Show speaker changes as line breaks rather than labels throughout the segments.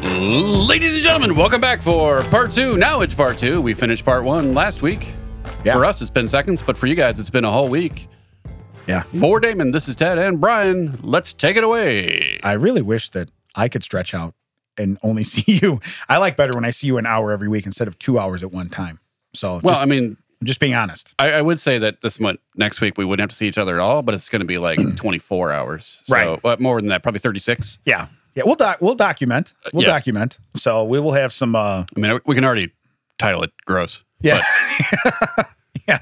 Ladies and gentlemen, welcome back for part two. Now it's part two. We finished part one last week.
Yeah.
For us, it's been seconds, but for you guys, it's been a whole week.
Yeah.
For Damon, this is Ted and Brian. Let's take it away.
I really wish that I could stretch out and only see you. I like better when I see you an hour every week instead of two hours at one time. So,
Well,
just,
I mean,
just being honest.
I, I would say that this month, next week, we wouldn't have to see each other at all, but it's going to be like 24 hours. So,
Right.
uh, more than that, probably 36.
Yeah. Yeah. We'll doc- we'll document. We'll
yeah.
document. So we will have some. uh
I mean, we can already title it gross.
Yeah. yeah.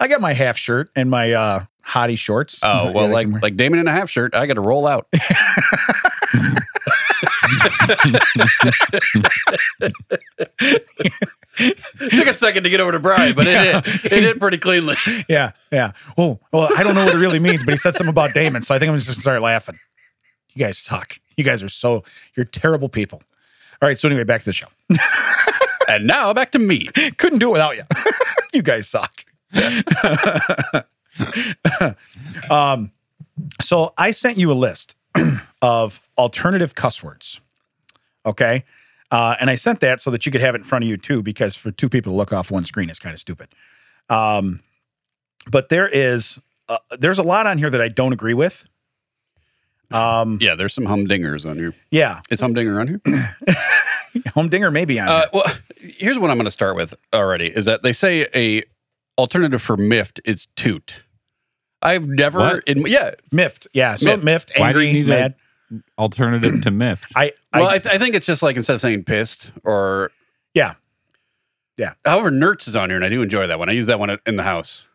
I got my half shirt and my uh hottie shorts.
Oh, well,
Yeah,
like like Damon in a half shirt, I got to roll out. Took a second to get over to Brian, but it did, it did pretty cleanly.
yeah, yeah. Oh, well, I don't know what it really means, but he said something about Damon, so I think I'm just gonna start laughing. You guys suck. You guys are so you're terrible people. All right, so anyway, back to the show.
And now back to me.
Couldn't do it without you. you guys suck. um, so I sent you a list of alternative cuss words. Okay. Uh, and I sent that so that you could have it in front of you too, because for two people to look off one screen is kind of stupid. Um, but there is uh, there's a lot on here that I don't agree with. Um,
Yeah, there's some humdingers on here.
yeah,
Is humdinger on here?
Homedinger may be on.
Uh,
here.
well, here's what I'm going to start with already is that they say a alternative for miffed is toot. I've never
What?
in yeah.
miffed, yeah. So
miffed.
miffed,
Why do you
angry,
need to-
mad.
alternative to myth.
I, I
Well, I, th- I think it's just like instead of saying pissed or
Yeah. Yeah.
However, nerds is on here, and I do enjoy that one. I use that one in the house.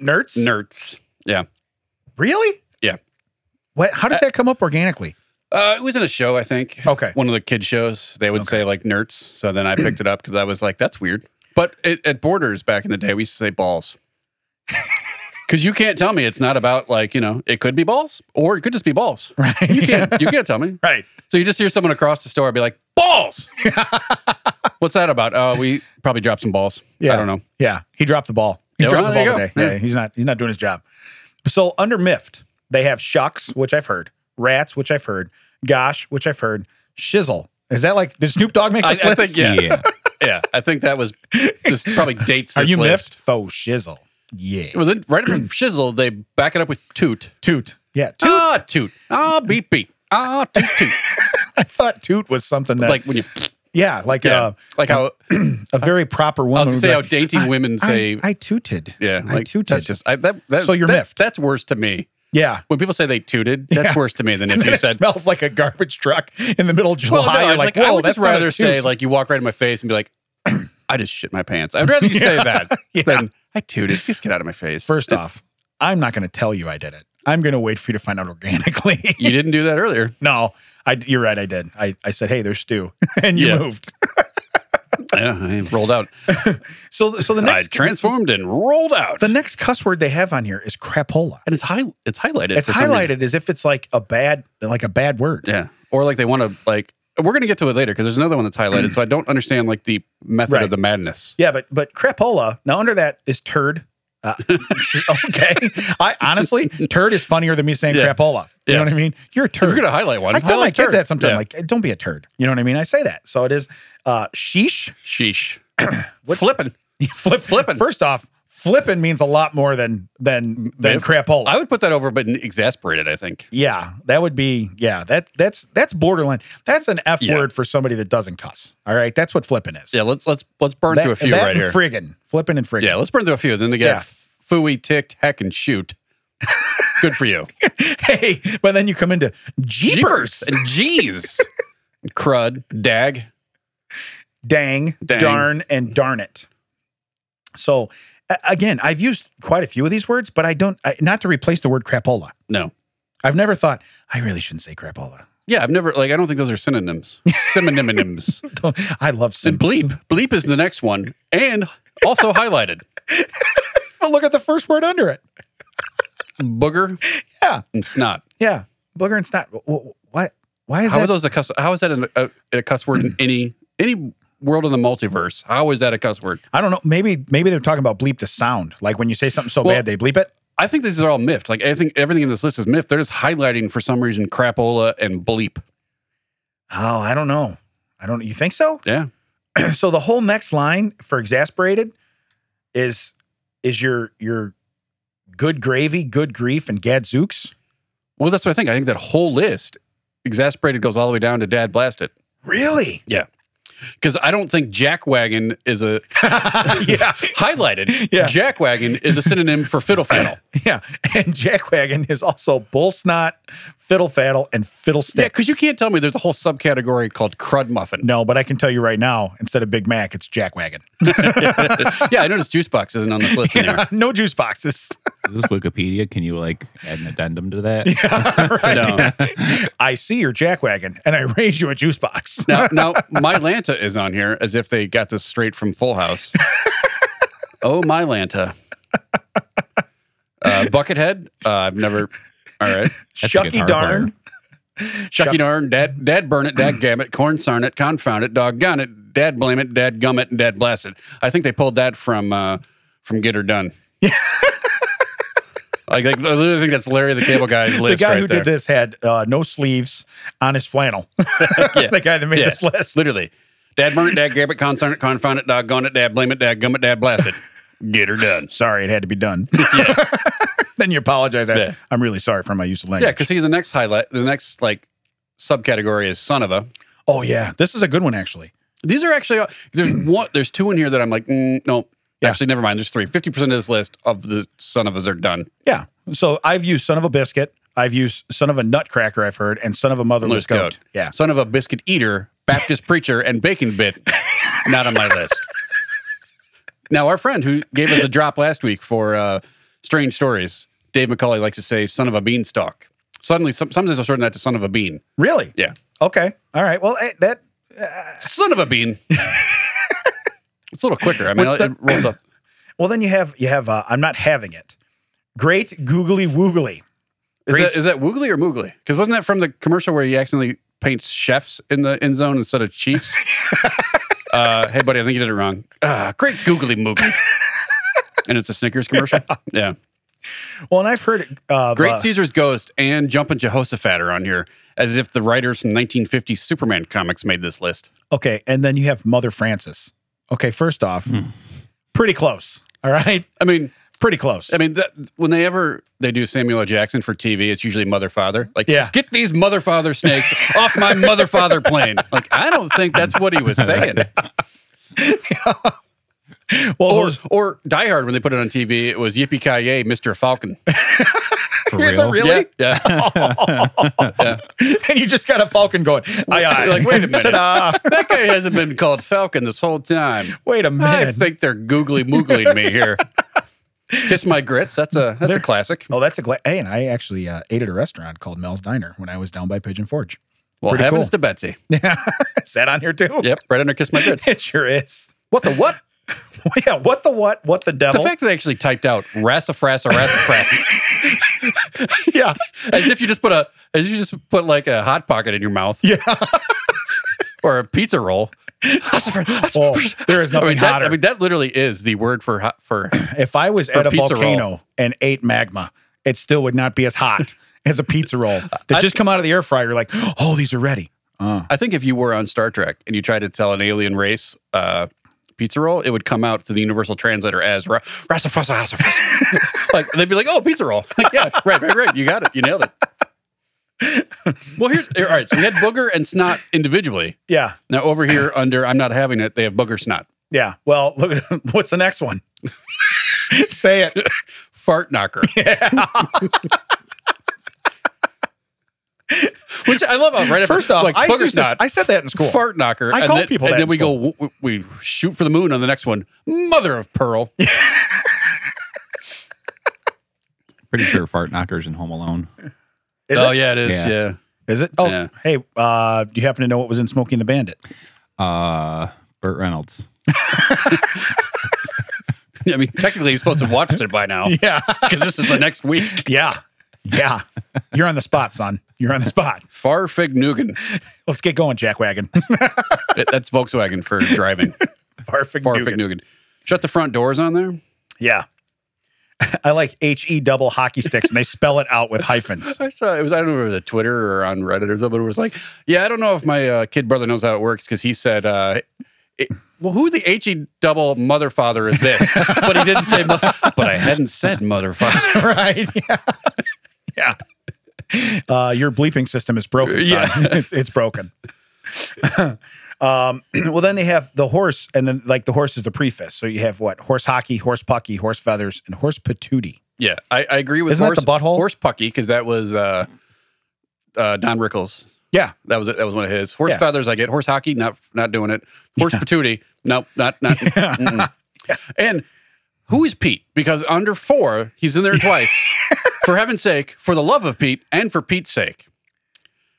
nerds.
Nerds. Yeah.
Really?
Yeah.
What? How does that come up organically?
Uh, it was in a show, I think.
Oh, Okay.
One of the kid shows. They would say like nerds. So then I picked it up because I was like, that's weird. But it, at Borders back in the day, we used to say balls. Because you can't tell me it's not about like you know it could be balls or it could just be balls.
Right.
You can't you can't tell me.
Right.
So you just hear someone across the store be like balls. What's that about? Uh, we probably dropped some balls.
Yeah.
I don't know.
Yeah. He dropped the ball. He
Yeah,
dropped
well,
the
there
ball
you
today.
go.
Yeah.
Yeah.
He's not. He's not doing his job. So under MIFT, they have shucks, which I've heard, rats, which I've heard, gosh, which I've heard, shizzle. Is that like did Snoop Dogg make
I,
this
I
list?
think yeah. yeah, I think that was this probably dates.
Are
This
you
list.
miffed? Faux shizzle. Yeah.
Well, then right after shizzle, they back it up with toot.
Toot. Yeah. Toot.
Ah, toot. Ah, beep beep. Ah, toot toot.
I thought toot was something that
like when you,
yeah, like
yeah,
uh,
like how
a very proper
I
woman.
was gonna
would
say
be
how
like,
dainty women say.
I, I tooted.
yeah,
I
like
tooted.
that's just I, that. That's,
So you're
that-
miffed.
That's worse to me.
yeah.
When people say they tooted, that's
Yeah.
worse to me than if
And
you
it
said.
smells like a garbage truck in the middle of July.
Well, no, I
You're
was like,
"Whoa,
I would
that's
just
not a
rather say
toot."
like you walk right in my face and be like, I just shit my pants. I'd rather you say that
Yeah.
than I tooted. Just get out of my face.
First off, I'm not going to tell you I did it. I'm going to wait for you to find out organically.
you didn't do that earlier.
no, I, you're right. I did. I, I said, hey, there's stew, and you
Yeah.
moved.
Yeah, I rolled out.
So, so the
I
next
transformed and rolled out.
the next cuss word they have on here is crapola.
and it's high. It's highlighted.
It's
for some reason.
highlighted as if it's like a bad like a bad word.
Yeah. Or like they want to like we're gonna get to it later because there's another one that's highlighted. so I don't understand like the method
Right.
of the madness.
Yeah, but but crapola now under that is turd. Uh, okay, I honestly turd is funnier than me saying
Yeah.
crapola. You
Yeah.
know what I mean? You're a turd.
If you're gonna highlight one,
I tell my
highlight
kids
turd.
that sometimes,
Yeah.
like, don't be a turd. You know what I mean? I say that. So it is uh sheesh.
sheesh, flipping,
Flip,
flipping.
First off, flipping means a lot more than than than
Miffed.
crapola.
I would put that over, but exasperated. I think.
yeah, that would be yeah. That that's that's borderline. That's an F
Yeah.
word for somebody that doesn't cuss. All right, that's what flipping is.
Yeah. Let's let's let's burn
that,
through a few
that
right
and
here.
Friggin', flipping and friggin'.
yeah. Let's burn through a few. Then they get
Yeah.
f- fooey, ticked, heck, and shoot. Good for you.
Hey, but then you come into
Jeepers
jeepers,
and jeez, crud, dag.
dang,
Dang.
darn, and darn it. So a- again, I've used quite a few of these words, but I don't I, not to replace the word crapola.
No.
I've never thought I really shouldn't say crapola.
Yeah, I've never like I don't think those are synonyms. Synonyms.
Don't- I love
and
simple.
bleep. Bleep is the next one, and also highlighted.
But look at the first word under it.
booger
Yeah.
and snot.
Yeah. Booger and snot. Wh- wh- What? Why is
how are
that?
those a cuss? How is that an, a, a cuss word in any any world of the multiverse? How is that a cuss word?
I don't know. Maybe maybe they're talking about bleep the sound. Like when you say something so
Well-
bad, they bleep it.
I think these are all miffed. Like I think everything in this list is miffed. They're just highlighting for some reason crapola and bleep.
Oh, I don't know. I don't. You think so?
Yeah.
so the whole next line for exasperated is is your your good gravy, good grief, and gadzooks.
Well, that's what I think. I think that whole list, exasperated, goes all the way down to Dad Blasted.
Really?
Because I don't think jackwagon is a
yeah,
highlighted.
Yeah.
Jackwagon is a synonym for fiddle faddle.
yeah. And Jackwagon is also bull snot, fiddle faddle, and fiddle sticks.
yeah, because you can't tell me there's a whole subcategory called crud muffin.
No, but I can tell you right now, instead of Big Mac, it's Jackwagon.
yeah, I noticed juice box isn't on this list anymore.
no juice boxes.
Is this Wikipedia? Can you like add an addendum to that?
No.
I see your Jackwagon, and I raise you a juice box.
Now, now, my Lanta is on here as if they got this straight from Full House. oh, my Lanta. Uh, Buckethead. Uh, I've never. All right.
That's a
Shucky
guitar
darn.
Shucky darn. Dad, dad burn it. Dad gam it. Corn sarn it. Confound it. Doggone it. Dad blame it. Dad gum it. And dad blast it. I think they pulled that from uh, from Get Her Done. like, like, I literally think that's Larry the Cable Guy's
The
list
guy
right
who
there.
did this had uh, no sleeves on his flannel. The guy that made
Yeah.
this list.
Literally. Dad burn it. Dad gab it. Corn sarn it. Confound it. Doggone it. Dad blame it. Dad gum it. Dad blast it. Get her done.
Sorry, it had to be done. then you apologize. I,
Yeah.
I'm really sorry for my use of language.
Yeah, because see, the next highlight, the next like subcategory is son of a.
Oh yeah, this is a good one actually.
These are actually there's one, there's two in here that I'm like, mm, no,
Yeah.
actually, never mind. There's three. Fifty percent of this list of the son of us are done.
Yeah. So I've used son of a biscuit. I've used son of a nutcracker. I've heard and son of a motherless
Loose goat.
goat. Yeah.
Son of a biscuit eater, Baptist preacher, and bacon bit, not on my list. Now, our friend who gave us a drop last week for uh, strange stories, Dave McCauley likes to say, "Son of a beanstalk." Suddenly, some, sometimes I'll shorten that to "son of a bean."
Really?
Yeah,
Okay. All right. Well, eh, that
son of a bean. it's a little quicker. I mean,
What's
it rolls up.
Well, then you have you have uh, I'm not having it. Great googly woogly.
Is
Grease-
that, is that Woogly or Moogly? Because wasn't that from the commercial where he accidentally paints chefs in the end zone instead of Chiefs? uh, hey, buddy, I think you did it wrong. Uh, great Googly Moogly. and it's a Snickers commercial. Yeah.
Well, and I've heard uh,
Great
uh,
Caesar's Ghost and Jumpin' Jehoshaphat are on here as if the writers from 1950 Superman comics made this list.
okay, and then you have Mother Francis. Okay, first off,
Hmm.
pretty close. All right,
I mean,
pretty close.
I mean, that, when they ever they do Samuel L. Jackson for TV, it's usually mother father. Like,
Yeah.
get these mother father snakes off my mother father plane. Like, I don't think that's what he was saying.
well,
Or
those-
or Die Hard when they put it on TV, it was Yippee Ki Yay, Mister Falcon.
For
Is it
real?
Really?
Yeah. yeah.
and you just got a falcon going. Aye, aye.
Like, wait a minute.
Ta-da.
that guy hasn't been called Falcon this whole time.
Wait a
I
minute.
think they're googly moogling me here. Kiss my grits. That's a that's a classic.
oh, that's a gla- hey, and I actually uh, ate at a restaurant called Mel's Diner when I was down by Pigeon Forge.
Well,
pretty
heavens to
cool.
Betsy.
Is that on here too?
Yep, right under Kiss My Grits.
It sure is.
What the what?
yeah. What the what? What the
The
devil?
fact that they actually typed out Rassafras or Rassafras.
yeah.
as if you just put a as if you just put like a hot pocket in your mouth.
Yeah.
or a pizza roll. oh,
Oh, there is nothing
I mean, That,
hotter.
I mean, that literally is the word for hot for.
If I was at a
pizza roll.
volcano and ate magma, it still would not be as hot as a pizza roll that just come out of the air fryer. You're like, oh, these are ready.
I think if you were on Star Trek and you tried to tell an alien race uh, pizza roll, it would come out through the universal translator as ra- rasafasa rasafasa. like they'd be like, "Oh, pizza roll." Like, yeah, right, right, right. You got it. You nailed it. well, here's all right. So we had booger and snot individually.
Yeah,
Now over here under I'm not having it. They have booger snot,
yeah. Well, look, at what's the next one? Say it.
fart knocker. Which I love. How right after-
First off,
like,
I,
booger
used this,
snot.
I said that in school.
fart knocker.
I
and
call
then,
people
and
that
then
in
we go, w- we shoot for the moon on the next one. Mother of pearl.
Pretty sure Fart Knockers in Home Alone.
Is
oh
it?
yeah, it is. Yeah.
Yeah.
Is it? Oh,
Yeah.
hey, uh, do you happen to know what was in Smoking the Bandit?
Uh, Burt Reynolds.
I mean, technically, he's supposed to have watched it by now
Yeah,
because this is the next week.
yeah, yeah. You're on the spot, son. You're on the spot.
Farfig Nugan.
Let's get going, Jack Wagon.
It- That's Volkswagen for driving.
Perfect.
Farfig Nugan. Shut the front doors on there.
Yeah. I like H E double hockey sticks, and they spell it out with hyphens.
I saw it was I don't know if it was a Twitter or on Reddit or something. It was like, yeah, I don't know if my uh, kid brother knows how it works because he said, uh, it- well, who the H E double mother father is this? but he didn't say. Mo- but I hadn't said mother father.
right? Yeah. yeah. Uh, your bleeping system is broken. Son.
Yeah.
it's, it's broken. um, well, then they have the horse, and then like the horse is the preface. So you have what? Horse hockey, horse pucky, horse feathers, and horse patootie.
Yeah, I, I agree with
Isn't that
horse,
the butthole?
horse pucky because that was uh, uh, Don Rickles.
Yeah.
That was it. That was one of his horse
Yeah.
feathers. I get horse hockey. Not not doing it. Horse patootie. Nope. Not not. mm-mm. And who is Pete? Because under four, he's in there twice. for heaven's sake, for the love of Pete, and for Pete's sake,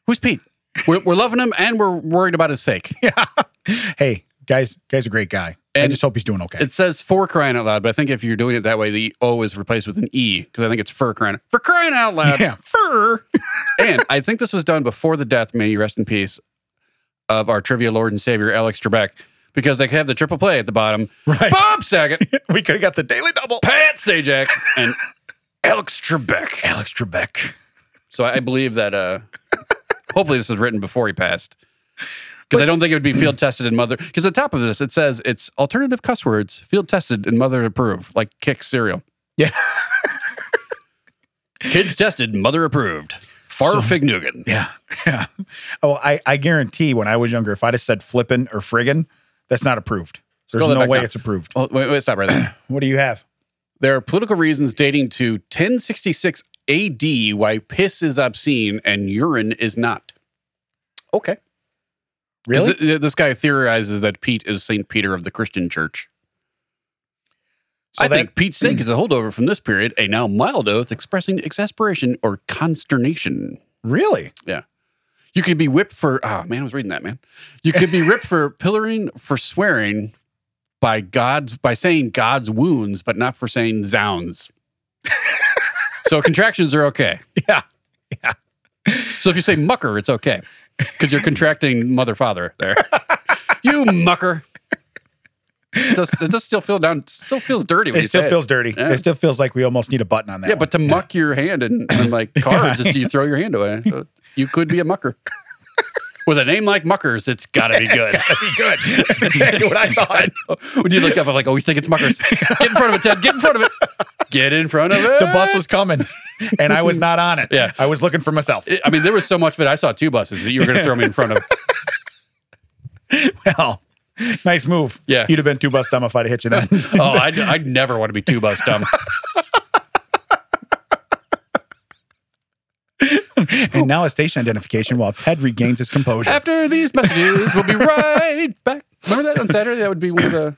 who's Pete? We're, we're loving him, and we're worried about his sake.
Hey, guys, guy's a great guy. I
And
just hope he's doing okay.
It says for crying out loud, but I think if you're doing it that way, the O is replaced with an E because I think it's for crying for crying out loud.
yeah, fur.
and I think this was done before the death, may you rest in peace, of our trivia lord and savior, Alex Trebek, because they have the triple play at the bottom.
Right.
Bob Saget,
we could have got the daily double.
Pat Sajak, and Alex Trebek.
Alex Trebek.
So I believe that uh hopefully this was written before he passed. Because I don't think it would be field tested and mother. Because the top of this, it says it's alternative cuss words, field tested and mother approved, like kick cereal.
Yeah.
Kids tested, mother approved. Farfignugan.
Yeah. Yeah. Oh, I, I guarantee when I was younger, if I'd have said flippin' or friggin', that's not approved. There's
Scroll it
no
back
way
down.
it's approved.
Oh, wait, wait, stop right there.
What do you have?
There are political reasons dating to 1066 AD why piss is obscene and urine is not. Okay. 'Cause
Really?
th- this guy theorizes that Pete is St. Peter of the Christian Church.
So
I
that-
think Pete's sake is a holdover from this period, a now mild oath expressing exasperation or consternation.
Really?
You could be whipped for, ah, man, I was reading that, man. You could be ripped for pillaring for swearing by God's, by saying God's wounds, but not for saying zounds. so contractions are okay.
Yeah.
So if you say mucker, it's okay because you're contracting mother father there. you mucker. It does, it does still feel down, still feels dirty when
It
you
still
say it.
feels dirty.
Yeah.
It still feels like we almost need a button on that.
Yeah, but to muck your hand and, and like cards is you throw your hand away. So you could be a mucker. With a name like Muckers, it's gotta be good.
be good. That's exactly what I thought.
Would you look up? I'm like, oh, we think it's Muckers. Get in front of it, Ted. Get in front of it. Get in front of it.
the bus was coming and I was not on it.
Yeah.
I was looking for myself.
I mean, there was so much of it. I saw two buses that you were gonna throw me in front of.
Well, nice move.
Yeah.
You'd have been too bus dumb if I'd have hit you then.
Oh, I'd, I'd never want to be two bus dumb.
and now a station identification while Ted regains his composure.
After these messages, we'll be right back. Remember that on Saturday? That would be one of the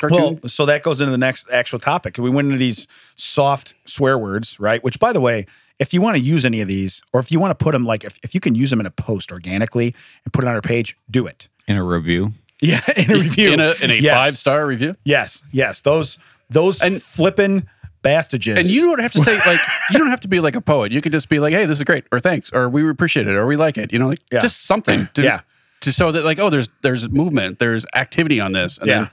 cartoon.
Well, so that goes into the next actual topic. We went into these soft swear words, right? Which, by the way, if you want to use any of these, or if you want to put them, like if, if you can use them in a post organically and put it on our page, do it.
in a review.
Yeah, in a review,
in a, in a
Yes.
five star review.
Yes, yes, those those and, flippin' bastages.
And you don't have to say like you don't have to be like a poet. You could just be like, "Hey, this is great," or "Thanks," or "We appreciate it," or "We like it." You know, like
Yeah.
just something to
Yeah.
to show that like, oh, there's there's movement, there's activity on this, and
yeah,
then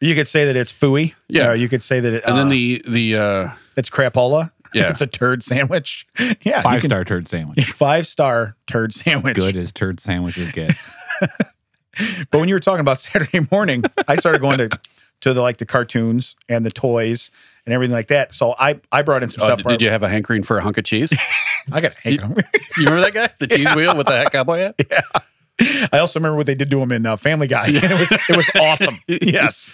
you could say that it's fooey.
Yeah.
Or you could say that it,
and
uh,
then the the uh,
it's crapola.
Yeah.
it's a turd sandwich. Yeah, you
Five
can-
star turd sandwich.
five star turd sandwich.
Good as turd sandwiches get.
But when you were talking about Saturday morning, I started going to to the like the cartoons and the toys and everything like that. So I I brought in some
oh,
stuff.
did,
for-
you have a hankering for a hunk of cheese?
I got. Hang on.
you remember that guy, the cheese wheel with the hat cowboy hat?
I also remember what they did to him in uh, Family Guy. And it was it was awesome. yes.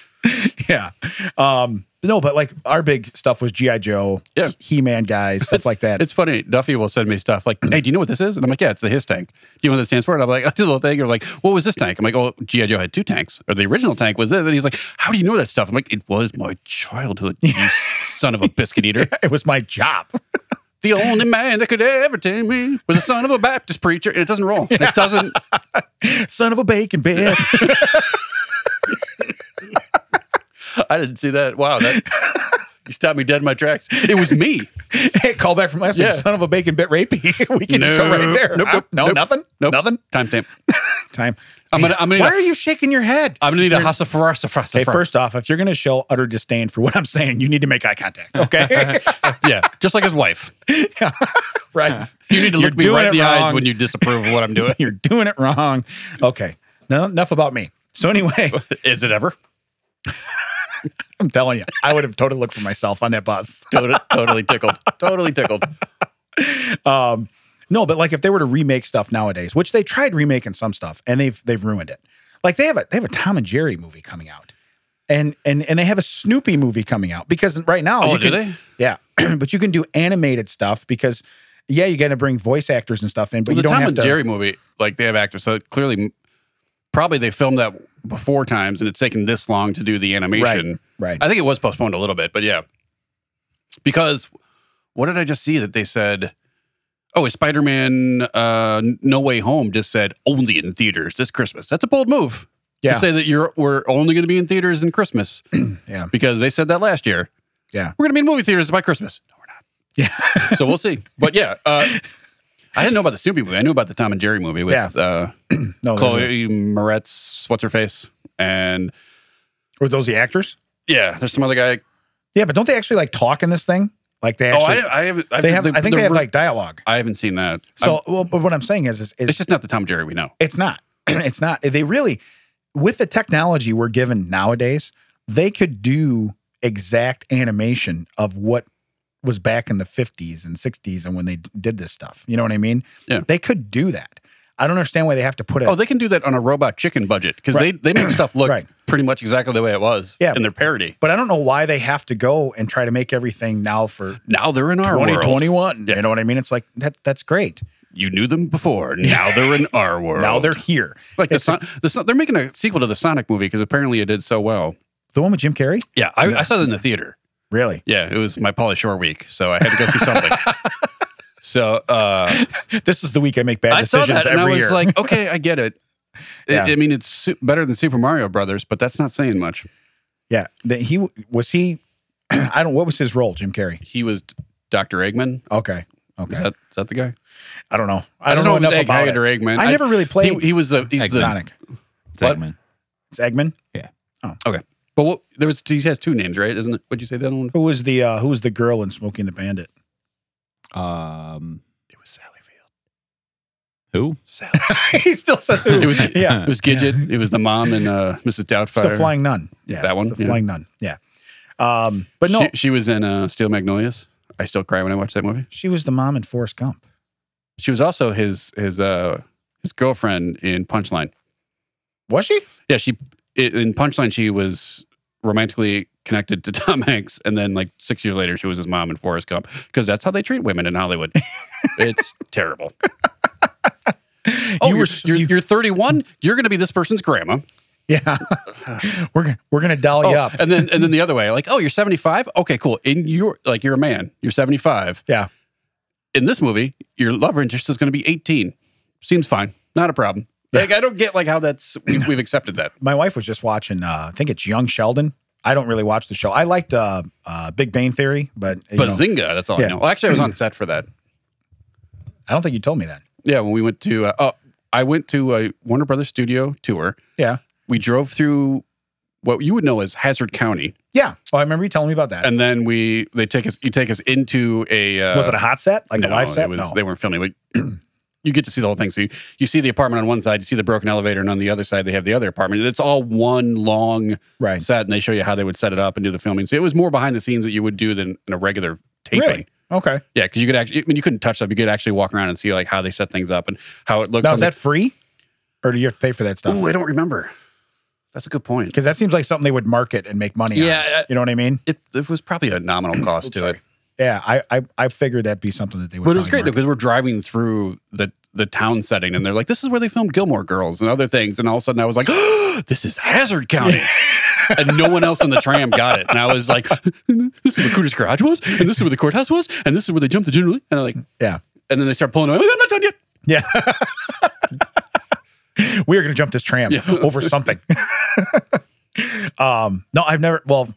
Yeah. Um. No, but like our big stuff was GI Joe.
Yeah.
He Man guys, stuff like that.
It's funny. Duffy will send me stuff like, "Hey, do you know what this is?" And I'm like, "Yeah, it's the his tank." Do you know what that stands for? And I'm like, "I do the little thing." You're like, "What was this tank?" I'm like, "Oh, GI Joe had two tanks, or the original tank was it?" And he's like, "How do you know that stuff?" I'm like, "It was my childhood, you son of a biscuit eater.
it was my job.
The only man that could ever tame me was the son of a Baptist preacher." And it doesn't roll. It doesn't.
Son of a bacon bit.
I didn't see that. Wow, that you stopped me dead in my tracks. It was me.
hey, call back from last
Yeah.
week. Son of a bacon bit rapey. we can just go right
Nope.
there.
Nope,
Huh?
nope,
no,
nope.
nothing.
Nope.
Nothing.
Timestamp.
time.
I'm gonna- I'm gonna-
Why are you shaking your head?
I'm gonna need a hassafras.
Okay, first off, if you're going to show utter disdain for what I'm saying, you need to make eye contact. Okay,
yeah, just like his wife.
right?
You need to
You're
look me
doing
right in
it
the eyes
wrong.
when you disapprove of what I'm doing.
You're doing it wrong. Okay, no, enough about me. So anyway,
Is it ever?
I'm telling you, I would have totally looked for myself on that bus.
Totally, totally tickled. Totally tickled.
Um, no, but like if they were to remake stuff nowadays, which they tried remaking some stuff and they've they've ruined it. Like they have a they have a Tom and Jerry movie coming out, and and and they have a Snoopy movie coming out because right now
Oh,
you
do
can-
they?
Yeah, but you can do animated stuff because yeah, you got to bring voice actors and stuff in, but
Well,
you
the
don't
Tom
have
and
to.
Jerry movie, like they have actors, so clearly, probably they filmed that before times, and it's taken this long to do the animation.
Right.
I think it was postponed a little bit, but yeah. Because what did I just see that they said? Oh, is Spider Man uh, No Way Home just said only in theaters this Christmas? That's a bold move.
Yeah.
To say that you're we're only going to be in theaters in Christmas.
Yeah.
Because they said that last year.
Yeah.
We're going to be in movie theaters by Christmas. No, we're not. Yeah. so we'll see. But yeah, uh, I didn't know about the Snoopy movie. I knew about the Tom and Jerry movie with
Yeah. Oh,
uh,
No, those are-
Chloe Moretz, what's her face, and
were those the actors?
yeah, there's some other guy
Yeah, but don't they actually like talk in this thing? Like they
Oh,
actually.
I, I haven't. I've,
they have.
the-
I think
the
they have
ver-
like dialogue.
I haven't seen that. So
So, well, but what I'm saying is, is, is
it's just not the Tom and Jerry we know.
It's not. it's not. They really, with the technology we're given nowadays, they could do exact animation of what was back in the 50s and 60s and when they d- did this stuff. You know what I mean?
Yeah.
They could do that. I don't understand why they have to put it.
Oh, they can do that on a robot chicken budget because they, they make stuff look
Right.
pretty much exactly the way it was
Yeah.
in their parody.
but I don't know why they have to go and try to make everything now for
Now they're in our world.
2021.
Yeah.
You know what I mean? It's like that. That's great.
You knew them before. Now they're in our world.
Now they're here.
like the, son, the son, they're making a sequel to the Sonic movie because apparently it did so well.
The one with Jim Carrey.
Yeah, I, I saw that in the theater.
Really?
Yeah, it was my Polly Shore week, so I had to go see something. so uh,
This is the week I make bad
I saw
decisions
that and I
every
was
year.
like, okay, I get it. It-
Yeah.
I mean, it's su- better than Super Mario Brothers, but that's not saying much.
yeah. That he was he. I don't. What was his role, Jim Carrey?
he was Dr. Eggman.
Okay.
Is
Okay.
that is that the guy?
I don't know. I don't, know,
if it's
enough
Egg
about
Haggard
it.
or Eggman.
I never really played
He, he was the he's the.
Sonic.
What?
Eggman.
It's Eggman.
But what, there was he has two names, right? Isn't it? Would you say the other one?
Who was the uh, Who was the girl in Smoking the Bandit?
Um,
It was Sally Field.
who?
Sally.
he still says
It was-
yeah.
it was Gidget. It was the mom and uh, Mrs.
It's
Doubtfire.
the flying nun. Yeah,
That one?
The
Yeah.
flying nun. Yeah. Um, but no, she,
she, she was in uh, Steel Magnolias. I still cry when I watch that movie.
was the mom in Forrest Gump.
She was also his his uh, his girlfriend in Punchline.
Was she?
Yeah, she i- in Punchline she was romantically connected to Tom Hanks, and then like six years later she was his mom in Forrest Gump because that's how they treat women in Hollywood. it's terrible. Oh,
You
you
were-
are you're, you're 31. You're going to be this person's grandma.
Yeah. we're gonna we're gonna doll
Oh,
you up.
and then and then the other way, like, oh, you're 75. Okay, cool. And you're like you're a man. You're 75.
Yeah.
In this movie, your love interest is going to be 18. Seems fine. Not a problem. Like I don't get like how that's we, we've accepted that.
My wife was just watching. Uh, I think it's Young Sheldon. I don't really watch the show. I liked uh, uh, Big Bang Theory, but you know,
Bazinga! That's all
Yeah.
I know. Well, actually, I was on set for that.
I don't think you told me that.
Yeah, when we went to uh, oh, I went to a Warner Brothers studio tour.
Yeah.
We drove through what you would know as Hazard County,
Yeah. Oh, I remember you telling me about that.
and then we they take us you take us into a uh,
was it a hot set? Like a live set?
It was,
no.
They weren't filming. But you get to see the whole thing. So you, you see the apartment on one side, you see the broken elevator, and on the other side they have the other apartment. It's all one long
right.
set, and they show you how they would set it up and do the filming. So it was more behind the scenes that you would do than in a regular taping.
Really? Okay.
Yeah, because you could actually, I mean, you couldn't touch up. You could actually walk around and see like how they set things up and how it looks.
Now
on
is
the
that free, or do you have to pay for that stuff?
Ooh, I don't remember. That's a good point.
Because that seems like something they would market and make money. on.
Yeah, uh,
you know what I mean.
it, it was probably a nominal cost to it,
Yeah, I, I I figured that'd be something that they would.
but it was
probably
great though because
market.
we're driving through the the town setting, and they're like, "This is where they filmed Gilmore Girls and other things," and all of a sudden I was like, "This is Hazard County." and no one else in the tram got it. And I was like, this is where Cooter's garage was, and this is where the courthouse was, and this is where they jumped the generally. And I'm like,
Yeah,
and then they start pulling away. I'm not done yet.
yeah. we are going to jump this tram
Yeah.
over something. um, no, I've never. Well,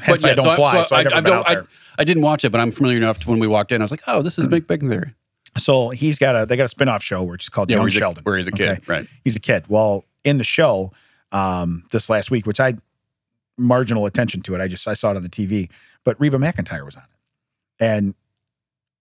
hence I don't
so
fly, so,
so
I, have never been
don't-
out there.
I didn't watch it, but I'm familiar enough to when we walked in, I was like, oh, this is Big Bang Theory.
So he's got a they got a spin-off show which is called
Yeah,
Young
where he's, a,
Sheldon.
where he's a kid,
Okay.
right?
he's a kid. Well, in the show, um, this last week, which I marginal attention to it, I just I saw it on the TV, but Reba McIntyre was on it, and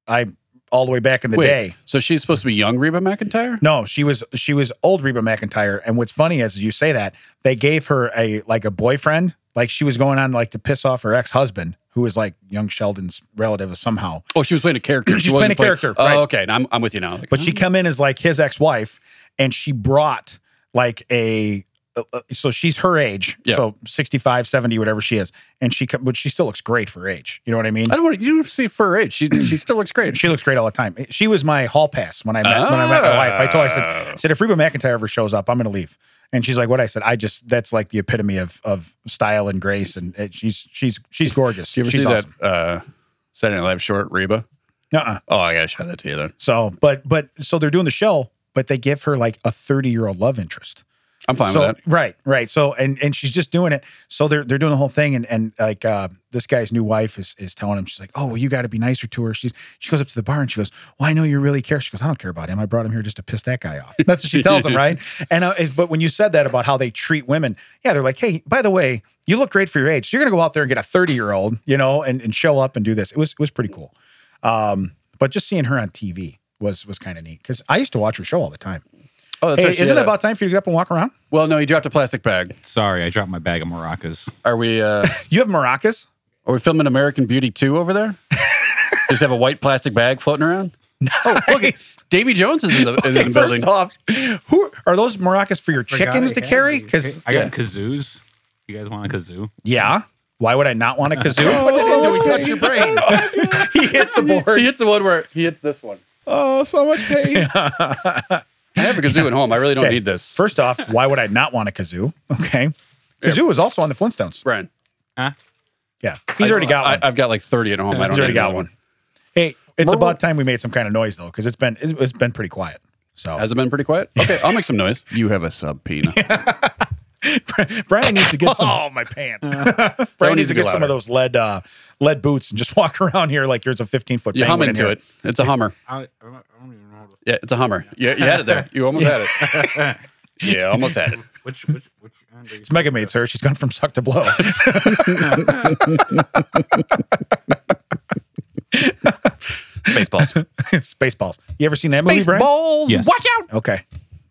I all the way back in the
Wait.
day.
So she's supposed to be young Reba McIntyre.
No, she was she was old Reba McIntyre, and what's funny is you say that they gave her a like a boyfriend, like she was going on like to piss off her ex husband, who was like young Sheldon's relative somehow.
Oh, she was playing a character.
She's
wasn't
playing a character,
Oh,
right.
okay. Now I'm, I'm with you now. Like,
but she
oh.
come in as like his ex-wife and she brought like a uh, uh, so she's her age
Yeah.
so 65 70 whatever she is and she come, but she still looks great for her age you know what i mean
I don't want to. You don't see for her age. She she still looks great.
she looks great all the time Eh, she was my hall pass when i met when i met my wife i told her i
Oh.
said, I said if reba mcintyre ever shows up i'm gonna leave and she's like what i said i just that's like the epitome of of style and grace and it, she's she's she's gorgeous
Do you ever
she's
see
awesome.
that uh, Saturday Night Live short Reba?
uh-uh
Oh, I gotta show that to you then.
so but but so they're doing the show but they give her like a 30 year old love interest
I'm fine
so
with that.
right, right. So and and she's just doing it. So they're they're doing the whole thing, and and like uh, this guy's new wife is is telling him she's like, oh well, you got to be nicer to her. She's she goes up to the bar and she goes, well, I know you really care. She goes, I don't care about him. I brought him here just to piss that guy off. That's what she tells him, right? And uh, but when you said that about how they treat women, yeah, they're like, hey, by the way, you look great for your age. So you're gonna go out there and get a 30 year old, you know, and and show up and do this. It was it was pretty cool. Um, but just seeing her on TV was was kind of neat because I used to watch her show all the time.
Oh, that's
Hey,
right. She
isn't
had
it
a-
about time for you to get up and walk around?
Well, no, you dropped a plastic bag.
Sorry, I dropped my bag of maracas.
Are we? Uh,
You have maracas?
are we filming American Beauty two over there? Just have a white plastic bag floating around. Oh, look, it's- Davy Jones is in the, is in the building.
First off, who are those maracas for your chickens to carry? Because
I got kazoos. You guys want a kazoo?
yeah, why would I not want a kazoo? what does it do? He touch your brain. he hits the
He
board.
hits the one where he hits this one.
Oh, so much pain.
I have a kazoo at home. I really don't
Okay.
need this.
First off, why would I not want a kazoo? Okay, kazoo was also on the Flintstones.
Brian,
Huh?
Yeah, he's already got
I,
one.
I've got like thirty at home. I don't
he's already
need
got
another
one. Hey, it's
Mer-
about time we made some kind of noise though, because it's been it- it's been pretty quiet. So
Has it been pretty quiet? Okay, I'll make some noise. You have a sub peanut.
Brian needs to get some. oh my pants! Brian
That
needs
needs
to
to be
get some of
louder.
those lead uh, lead boots and just walk around here like yours a 15 foot.
You hum into it. It's a hummer.
I, I don't even know.
Yeah, it's a hummer. You, you had it there. You almost had it. Yeah, almost had it.
Which which which? End
It's Mega Maid, sir. She's gone from suck to blow.
Spaceballs.
Spaceballs. You ever seen that movie, Brian?
Yes.
Watch out.
Okay,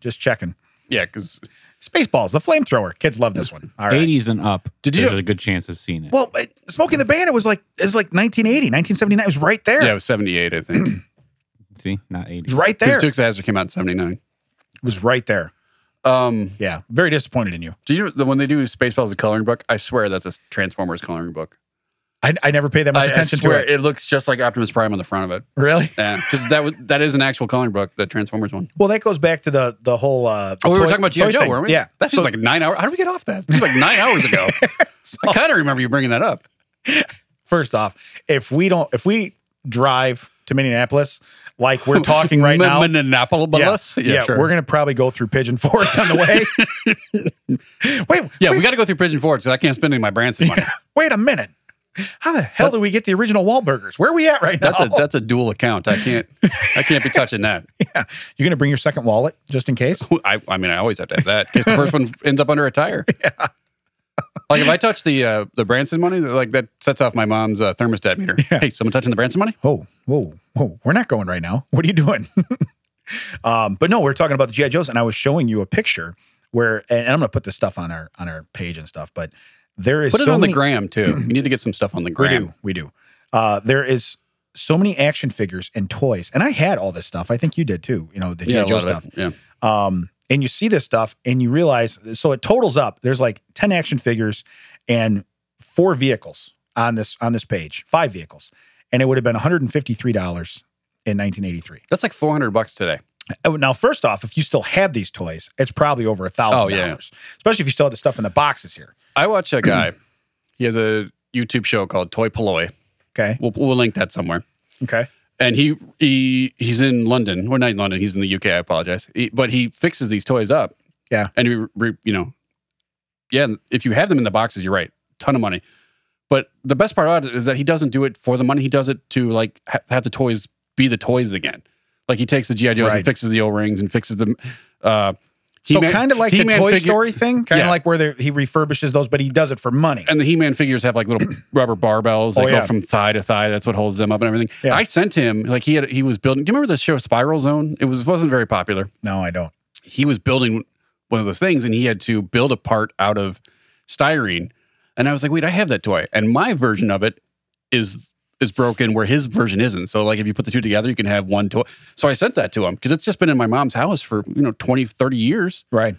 just checking.
Yeah, because
Spaceballs, the flamethrower. Kids love this one. All right.
Eighties and up.
Did you-
There's a good chance of seeing it.
Well, it- Smoking the Bandit was like it was like 1980, 1979. It was right there.
yeah, it
it
was seventy eight, I think.
see, not
was
eighties.
right there.
Because
It
Dukes of Hazzard came out in seventy nine.
was right there.
Um,
Yeah, very disappointed in you.
do you the when they do Spaceballs the coloring book? I swear that's a Transformers coloring book.
I, I never paid that much
I, I
attention
swear
to
it.
it.
looks just like Optimus Prime on the front of it.
Really?
Yeah, because that was that is an actual coloring book, the Transformers one.
Well, that goes back to the the whole. Uh,
Oh, we were
toy-
talking about G.I.
toy
Joe,
thing.
weren't we?
Yeah,
That
So-
feels like nine hours. How did we get off that? It seems like nine hours ago. I kind of remember you bringing that up.
first off, if we don't, if we drive to Minneapolis like we're talking right now,
Monopolis?
yeah, yeah, we're gonna probably go through Pigeon Forge on the way. wait,
yeah,
wait,
we got to go through Pigeon Forge because I can't spend any of my Branson money.
wait a minute. How the hell do we get the original Wahlburgers? Where are we at right now?
That's a that's a dual account. I can't I can't be touching that.
yeah. You're gonna bring your second wallet just in case.
I, I mean, I always have to have that because the first one ends up under a tire. Like if I touch the uh, the Branson money, like that sets off my mom's uh, thermostat meter. Hey, someone touching the Branson money?
Oh, whoa, whoa! We're not going right now. What are you doing? um, but no, we're talking about the GI Joes, and I was showing you a picture where, and, and I'm gonna put this stuff on our on our page and stuff, but. There is
Put it
so
on
many-
the gram too. We need to get some stuff on the
We
gram.
do. We do. Uh, there is so many action figures and toys, and I had all this stuff. I think you did too. You know the
Yeah,
yeah,
a
Joe
lot of
stuff.
it. Yeah.
Um, and you see this stuff, and you realize. So it totals up. There's like ten action figures and four vehicles on this on this page. Five vehicles, and it would have been 153 dollars in 1983.
That's like four hundred bucks today.
Oh, Now, first off, if you still have these toys, it's probably over a thousand
Oh, yeah.
dollars. Especially if you still have the stuff in the boxes here.
I watch a guy. he has a YouTube show called Toy Poloi.
Okay.
We'll, we'll link that somewhere.
Okay.
and he he he's in London or not in London. He's in the UK. I apologize, he, but he fixes these toys up.
Yeah.
and he, re, you know, yeah. and If you have them in the boxes, you're right, ton of money. But the best part about it is that he doesn't do it for the money. He does it to like ha- have the toys be the toys again. Like he takes the GI Joes
Right.
and fixes the O rings and fixes the. Uh,
So
He-Man-
kind of like the
He-Man
Toy
figure-
Story thing, kind of
Yeah.
like where they- he refurbishes those, but he does it for money.
and the He-Man figures have like little rubber barbells. They
Oh,
go
yeah.
from thigh to thigh. That's what holds them up and everything.
Yeah.
I sent him like he had he was building. Do you remember the show Spiral Zone? It was wasn't very popular.
No, I don't.
he was building one of those things and he had to build a part out of styrene. And I was like, wait, I have that toy. And my version of it is is broken where his version isn't. So like if you put the two together, you can have one toy. So I sent that to him because it's just been in my mom's house for, you know, 20, 30 years.
Right.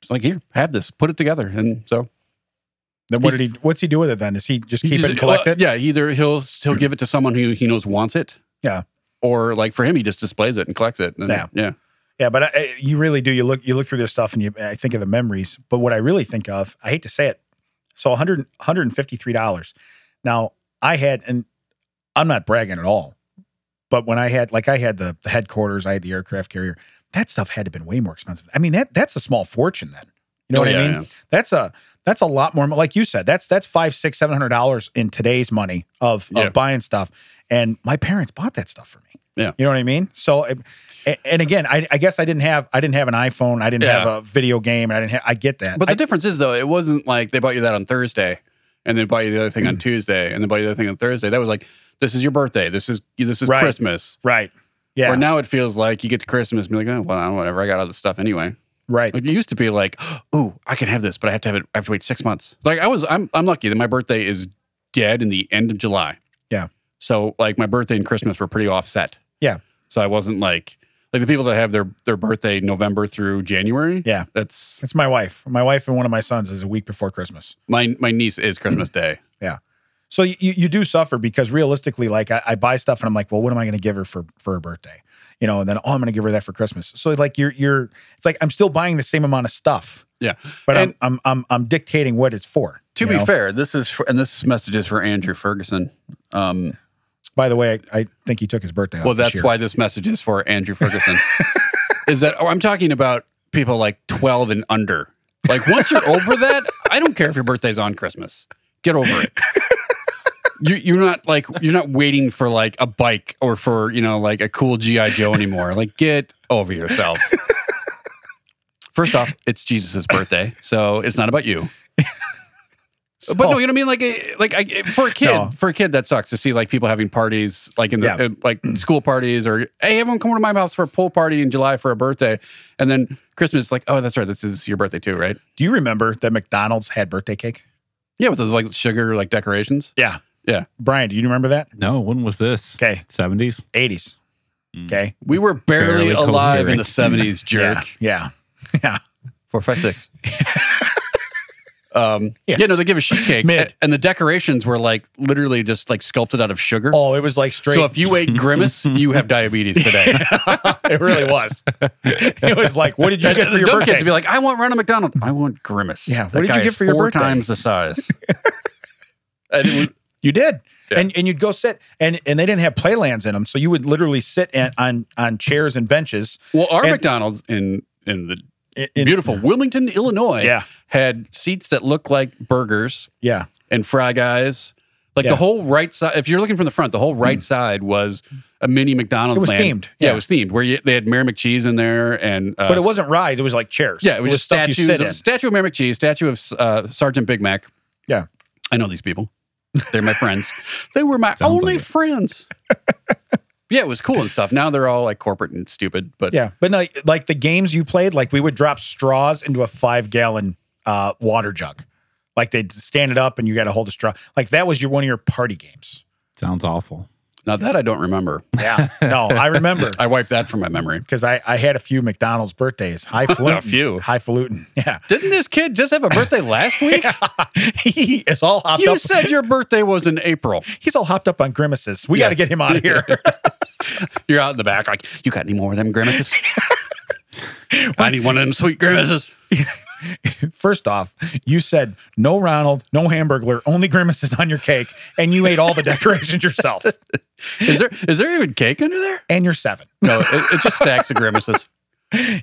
It's like, here, have this, put it together. And so
Then what
He's-
did he? What's he do with it then? Does he just keep it and collect
well,
it?
Yeah, either he'll he'll give it to someone who he knows wants it.
Yeah.
Or like for him, he just displays it and collects it. And,
Yeah.
Yeah.
Yeah, but I- I, you really do. You look you look through this stuff and you I think of the memories. But what I really think of, I hate to say it, so 100, 153 dollars. Now I had, and I'm not bragging at all, but when I had like I had the, the headquarters, I had the aircraft carrier. That stuff had to have been way more expensive. I mean that that's a small fortune then. You know
Oh,
what I
yeah,
mean?
yeah.
That's a that's a lot more. Like you said, that's that's five, six, seven hundred dollars in today's money of,
Yeah.
of buying stuff. And my parents bought that stuff for me.
Yeah.
you know what I mean. So, it- a- and again, I, I guess I didn't have I didn't have an iPhone. I didn't
Yeah.
have a video game, and I didn't. Have, I get that.
But the
I,
difference is though, it wasn't like they bought you that on Thursday, and they bought you the other
Mm.
thing on Tuesday, and they bought you the other thing on Thursday. That was like, this is your birthday. This is this is
Right.
Christmas.
right, yeah,
Where now it feels like you get to Christmas and be like, oh well, whatever. I got all this stuff anyway.
right.
Like it used to be like, oh, I can have this, but I have to have it. I have to wait six months. Like I was, I'm I'm lucky that my birthday is dead in the end of July.
Yeah.
So like my birthday and Christmas were pretty offset.
Yeah.
So I wasn't like like the people that have their their birthday November through January.
Yeah.
That's
It's my wife. My wife and one of my sons is a week before Christmas.
my my niece is Christmas Day.
So you, you you do suffer because realistically, like I, I buy stuff and I'm like, well, what am I going to give her for for her birthday? You know, and then oh, I'm going to give her that for Christmas. So like you're you're it's like I'm still buying the same amount of stuff,
Yeah.
but
And-
I'm, I'm I'm I'm dictating what it's for.
To
you
be
know?
fair, this is for, and this message is for Andrew Ferguson. Um,
by the way, I, I think he took his birthday. off
well,
this
that's
year.
why this message is for Andrew Ferguson. is that oh, I'm talking about people like 12 and under. Like once you're over that, I don't care if your birthday's on Christmas. Get over it. You, you're not like you're not waiting for like a bike or for you know like a cool GI Joe anymore. Like get over yourself. First off, it's Jesus's birthday, so it's not about you.
Oh,
But no, you know what I mean. Like, eh, like I, eh, for a kid,
No.
for a kid, that sucks to see like people having parties, like in the
Yeah.
eh, like school parties, or hey, everyone come over to my house for a pool party in July for a birthday, and then Christmas, like, oh, that's right, this is your birthday too, right?
Do you remember that McDonald's had birthday cake?
Yeah, with those like sugar like decorations.
Yeah,
Yeah,
Brian, do you remember that?
No, when was this?
Okay,
70s?
80s.
Mm.
Okay,
we were barely,
Barely
alive in
coherent.
the seventies, jerk.
Yeah, yeah,
Four, five, six. um,
Yeah.
yeah. no, they give a sheet cake,
Mid.
and the decorations were like literally just like sculpted out of sugar.
Oh, it was like straight.
So if you ate grimace, you have diabetes today.
it really was. it was like, what did you get for
the
your
dumb
birthday?
kids would be like, "I want Ronald McDonald. I want Grimace."
Yeah,
That
what did you
guy
get
is
for your
four
birthday?
times the size? And it would-
You did.
Yeah.
And and you'd go sit and and they didn't have playlands in them, so you would literally sit and, on on chairs and benches.
well, our
And-
McDonald's in in the
In, in-
beautiful Wilmington, Illinois,
Yeah.
had seats that looked like burgers
Yeah.
and fry guys. Like
Yeah. Hmm.
the whole right side, if you're looking from the front, the whole right side was a mini McDonald's.
It was
land.
themed,
Yeah.
yeah.
it was themed. Where you, they had Mary McCheese in there, and uh,
But it wasn't rides, it was like chairs.
Yeah, it was, just
stuff you
statues.
sit in.
Of, statue of Mary McCheese, statue of uh, Sergeant Big Mac.
Yeah.
I know these people. They're my friends. They were my
Sounds
only
like it.
friends. yeah, it was cool and stuff. Now they're all like corporate and stupid, but
Yeah. But no, like the games you played, like we would drop straws into a five gallon uh, water jug. Like they'd stand it up and you got to hold a straw. Like that was your one of your party games.
Sounds awful.
now that I don't remember.
Yeah. No, I remember
I wiped that from my memory.
because I, I had a few McDonald's birthdays. Highfalutin.
A few.
Highfalutin. Yeah.
Didn't this kid just have a birthday last week?
it's all hopped
You
up.
said your birthday was in April.
He's all hopped up on grimaces. We got to get him out of here.
You're out in the back, like, you got any more of them grimaces? I need one of them sweet grimaces.
First off, you said no Ronald, no Hamburglar, only grimaces on your cake, and you ate all the decorations yourself.
Is there is there even cake under there?
And you're seven.
No, it, it's just stacks of grimaces.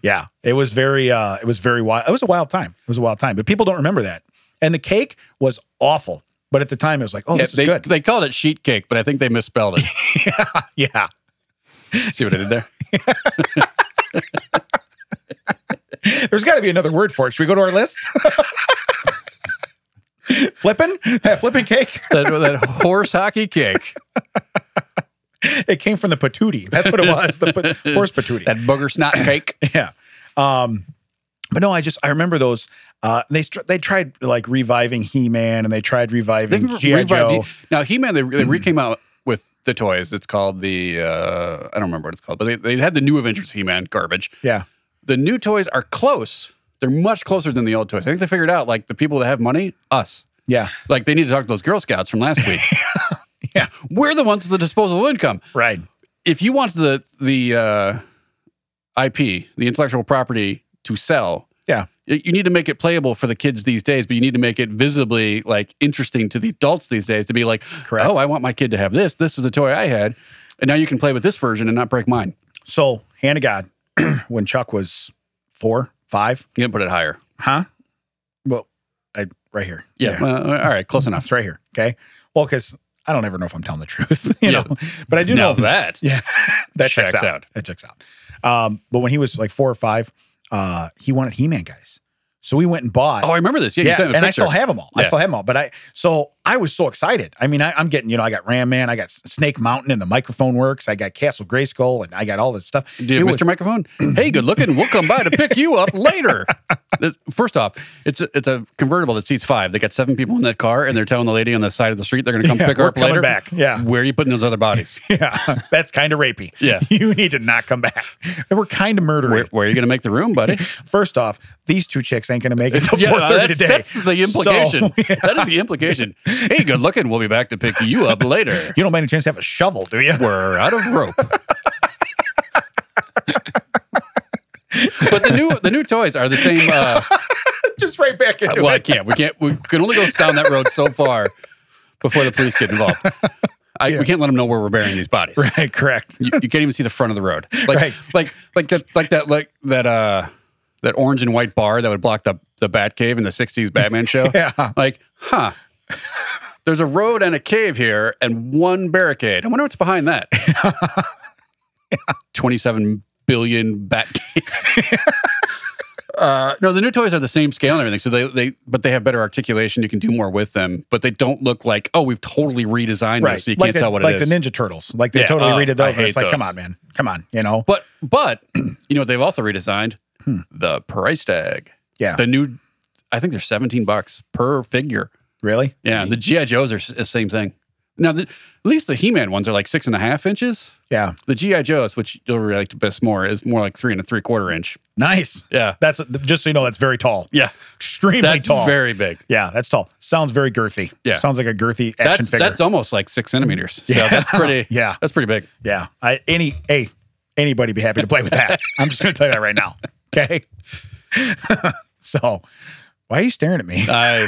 Yeah, it was very, uh, it was very wild. It was a wild time. It was a wild time, but people don't remember that. And the cake was awful, but at the time it was like, oh,
Yeah,
this
they,
is good.
they called it sheet cake, but I think they misspelled it.
yeah,
See what I did there?
There's got to be another word for it. Should we go to our list? flipping that flipping cake.
that, that horse hockey cake,
It came from the patootie. That's what it was. The pat- horse patootie.
that booger snot cake.
yeah. Um, but no, I just I remember those. Uh, they str- they tried like reviving He Man and they tried reviving
They've
G.I.
revived
Joe. Mm-hmm.
the- now He Man they, they recame out with the toys. It's called the uh, I don't remember what it's called, but they, they had the new Avengers He Man garbage.
yeah,
The new toys are close. They're much closer than the old toys. I think they figured out like the people that have money, us.
yeah,
Like they need to talk to those Girl Scouts from last week.
Yeah.
we're the ones with the disposable income.
right.
If you want the the uh, IP, the intellectual property, to sell,
Yeah,
you you need to make it playable for the kids these days, but you need to make it visibly like interesting to the adults these days to be like,
Correct.
oh, I want my kid to have this. This is a toy I had, and now you can play with this version and not break mine.
So, hand of God, when Chuck was four, five,
You can put it higher.
huh? Well, I right here.
Well, uh, all right, close enough.
it's right here. Okay. Well, because I don't ever know if I'm telling the truth, you
Yeah.
know. But I do
now
know
that.
Yeah, that checks,
Checks
out.
out.
That checks out. Um, but when he was like four or five, uh, he wanted He Man guys, so we went and bought.
Oh, I remember this. Yeah, you
yeah,
sent me a
and I
picture.
still have them all. I
Yeah.
still have them all. But I so I was so excited. I mean, I, I'm getting you know I got Ram Man, I got Snake Mountain, and the microphone works. I got Castle Grayskull, and I got all this stuff.
Did
It
Mr.
was-
Microphone? Hey, good looking. We'll come by to pick you up later. This- First off, it's a, it's a convertible that seats five. They got seven people in that car, and they're telling the lady on the side of the street they're going to come
Yeah,
pick
we're
her up
coming
later.
back. Yeah.
Where are you putting those other bodies?
yeah, that's kind of rapey.
Yeah.
you need to not come back. They were kind of murdering.
Where, where are you going to make the room, buddy?
First off, these two chicks ain't gonna make it till
Yeah,
four thirty
that's,
today.
that's the
So-
implication. That is the implication. Hey, good looking. We'll be back to pick you up later.
you don't by any chance have a shovel, do you?
We're out of rope. but the new the new toys are the same. Uh,
Just right back into
well, I can't. We can't. We can only go down that road so far before the police get involved. I, We can't let them know where we're burying these bodies.
Right, correct.
You, you can't even see the front of the road. Like,
Right.
like, like that, like that, like that, uh, that orange and white bar that would block the the Bat Cave in the '60s Batman show.
Yeah.
Ah, Like, huh? There's a road and a cave here, and one barricade. I wonder what's behind that. Twenty-seven billion bat. Uh, no, the new toys are the same scale and everything, so they they but they have better articulation. You can do more with them, but they don't look like oh, we've totally redesigned this. So you
like
can't
the,
tell what
like
it is.
the Ninja Turtles. Like they
Yeah,
totally
oh,
redid
I
those. And
hate
it's like, come
those.
on, man. Come on. You know?
But but you know what they've also redesigned the price tag.
Hmm. Yeah.
The new, I think they're seventeen bucks per figure.
really?
Yeah, the GI Joes are s- the same thing. Now, the, at least the He Man ones are like six and a half inches.
Yeah.
The GI Joes, which you'll really like to best more, is more like three and a three quarter inch.
Nice.
Yeah,
That's just so you know, that's very tall.
yeah,
Extremely
that's
tall.
very big.
yeah, that's tall. Sounds very girthy.
Yeah.
Sounds like a girthy action
That's
figure.
that's almost like six centimeters. So that's pretty.
Yeah.
that's pretty big.
yeah. I any hey, anybody be happy to play with that. I'm just gonna tell you that right now. Okay. so why are you staring at me?
I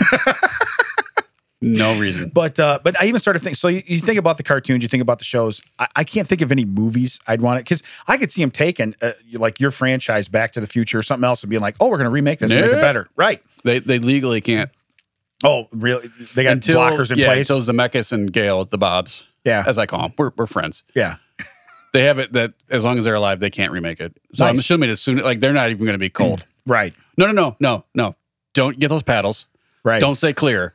no reason.
But uh, but I even started thinking. So you, you think about the cartoons, you think about the shows. I, I can't think of any movies I'd want it because I could see them taking uh, like your franchise, Back to the Future or something else, and being like, oh, we're going to remake this, and make it
Nope.
better, right?
They they legally can't
Oh, really? They got
until
blockers in
yeah,
place.
until Zemeckis and Gale, the Bobs,
yeah,
as I call them. We're we're friends.
yeah.
They have it that as long as they're alive, they can't remake it. So I'm
Nice.
assuming as soon like they're not even going to be cold.
Right,
No, no, no, no, no. Don't get those paddles.
right.
Don't say clear.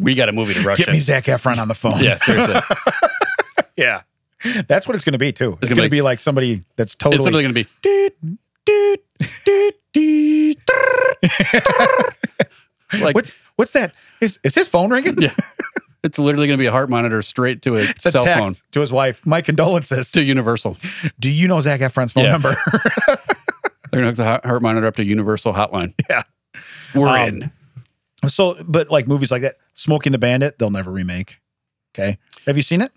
We got a movie to rush
get
in.
me Zach Efron on the phone.
yeah, seriously. It's
yeah. That's what it's going to be too. It's,
gonna
going to
be-
be like somebody that's totally.
literally going to be. "Doot, doot, doot, doot, trrr, trrr." like
what's what's that? Is is his phone ringing?
yeah, it's literally going to be a heart monitor straight to a
It's a
cell
text
phone
to his wife. My condolences.
to Universal.
Do you know Zach Efron's phone
Yeah.
number?
They're going to hook the heart monitor up to Universal Hotline.
yeah.
We're
Um,
in.
So, but like movies like that, Smoking the Bandit, they'll never remake. Okay. Have you seen it?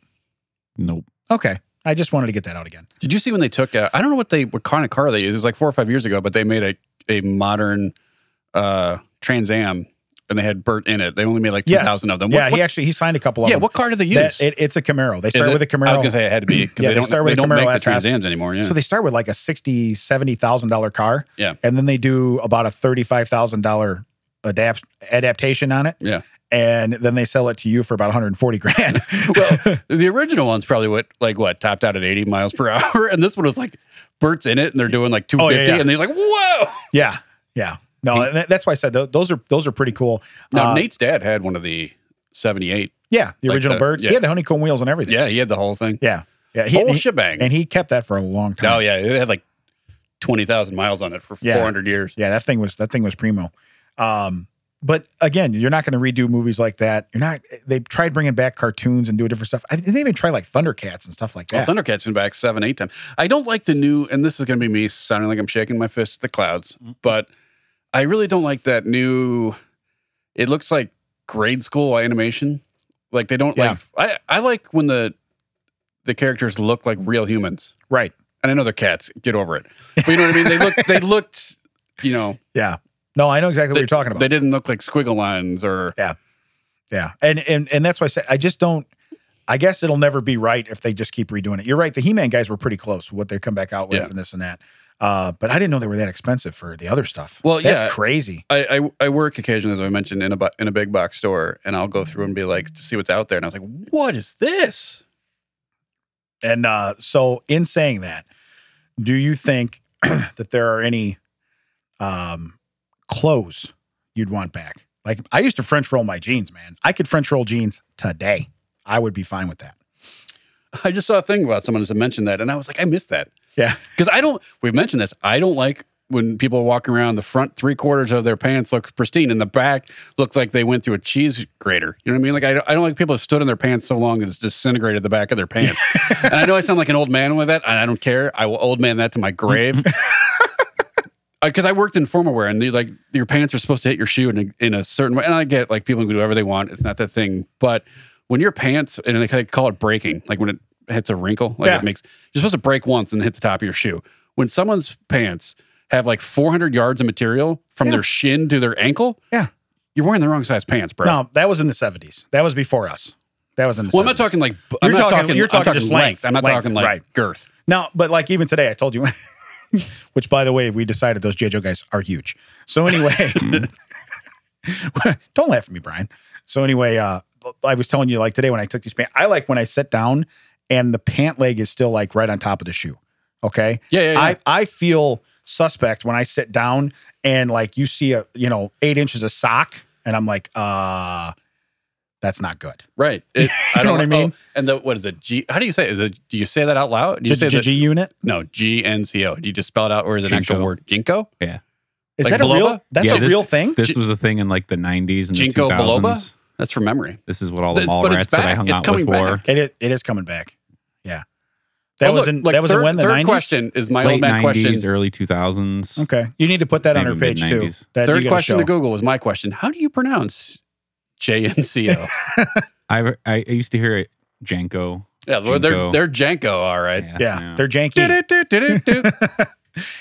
Nope.
Okay. I just wanted to get that out again.
Did you see when they took? Uh, I don't know what they what kind of car they used. It was like four or five years ago, but they made a a modern uh, Trans Am, and they had Bert in it. They only made like two
Yes.
thousand of them. What-
yeah.
what-
he actually, he signed a couple of
yeah.
them.
What car did they
That-
use?
it, it's a Camaro. They
Is
start
it-
with a Camaro.
I was gonna say it had to be because
Yeah,
they
they
don't
start with
they
a
don't
Camaro
make the
SS.
Trans Ams anymore. Yeah.
So they start with like a sixty, seventy thousand dollar car.
Yeah.
And then they do about a thirty-five thousand dollar adapt adaptation on it.
yeah.
and then they sell it to you for about 140 grand.
Well, the original one's probably what like what topped out at 80 miles per hour, and this one was like Bert's in it, and they're doing like 250,
Oh, yeah.
and he's like, "Whoa!"
yeah, yeah. No, and that- that's why I said tho- those are those are pretty cool.
Now
Uh,
Nate's dad had one of the 78.
yeah, the
like
original
the-
birds. Yeah.
yeah.
the honeycomb wheels and everything.
Yeah, he had the whole thing,
yeah, yeah. He,
whole
and, he,
shebang.
and he kept that for a long time.
oh yeah, it had like 20,000 miles on it for
Yeah.
400 years.
Yeah, that thing was that thing was primo. Um, but again, you're not going to redo movies like that. You're not. They tried bringing back cartoons and doing different stuff. I think they even tried like Thundercats and stuff like
Well,
that.
Thundercat's been back seven, eight times. I don't like the new, and this is going to be me sounding like I'm shaking my fist at the clouds, but I really don't like that new. It looks like grade school animation. Like they don't
Yeah.
like. I I like when the the characters look like real humans,
right?
and I know they're cats. Get over it. But you know what I mean. They look. They looked. You know,
Yeah. No, I know exactly what you're talking about.
they didn't look like squiggle lines or.
yeah, and and and that's why I say I just don't. I guess it'll never be right if they just keep redoing it. You're right. The He-Man guys were pretty close. What they come back out with
Yeah.
and this and that. Uh, but I didn't know they were that expensive for the other stuff.
Well,
that's
yeah.
crazy.
I, I, I work occasionally, as I mentioned, in a bu- in a big box store, and I'll go through and be like to see what's out there, and I was like, "What is this?"
And uh, so, in saying that, do you think that there are any um, clothes you'd want back? Like, I used to French roll my jeans, man. I could French roll jeans today. I would be fine with that.
I just saw a thing about someone that mentioned that, and I was like, I missed that
Yeah.
because I don't. We've mentioned this. I don't like when people walk around. The front three quarters of their pants look pristine, and the back look like they went through a cheese grater. You know what I mean? Like I, don't- I don't like people who stood in their pants so long it's disintegrated the back of their pants. and I know I sound like an old man with that, and I don't care. I will old man that to my grave. Because Uh, I worked in formal wear, and they, like your pants are supposed to hit your shoe in a, in a certain way. And I get like people can do whatever they want; it's not that thing. But when your pants, and they call it breaking, like when it hits a wrinkle, like
Yeah.
it makes you're supposed to break once and hit the top of your shoe. When someone's pants have like 400 yards of material from
Yeah.
their shin to their ankle,
Yeah.
you're wearing the wrong size pants, bro.
No, that was in the 70s. That was before us. That was in the
Well, I'm
70s.
not talking like I'm
You're
not
talking-
talking.
you're
I'm
talking just length,
I'm not
length,
talking like
right.
girth.
No, but like even today, I told you, which by the way, we decided those JoJo guys are huge. So anyway, don't laugh at me, Brian. So anyway, uh, I was telling you like today when I took these pants, I like when I sit down and the pant leg is still like right on top of the shoe. Okay.
Yeah, yeah, yeah.
I, I feel suspect when I sit down and like you see a, you know, eight inches of sock and I'm like, uh, that's not good.
Right. It, I
know
don't
what I
know. Oh,
mean?
and the what is it? G. How do you say? It? Is it? Do you say that out loud? Do you
J-
say
J-
that?
G unit?
no. G N C O. Do you just spell it out, or is it an actual
Jinko.
word? Jinko.
Yeah.
Is
Like
that a real,
Bulova?
that's
Yeah,
a
this-
real thing?
This was a thing in like the 90s and
Jinko
the 2000s.
Biloba. That's from memory.
This is what all the
It's-
mall
but it's
rats that I
back.
hung
It's
out
coming
with were.
back.
It is, it is coming back. Yeah. That
Oh,
was
look,
in
like
that was
third,
in when the
third
90s.
question is my
Late
old man
90s,
question.
early 2000s.
Okay. You need to put that on
Maybe
her page too.
mid-nineties.
That
Third
you gotta
question
show.
to Google was my question. How do you pronounce J N C O?
I, I I used to hear it Janko.
Yeah, well, they're
Jinko.
they're Janko, all right.
Yeah, they're janky.
Did it, did it, did it.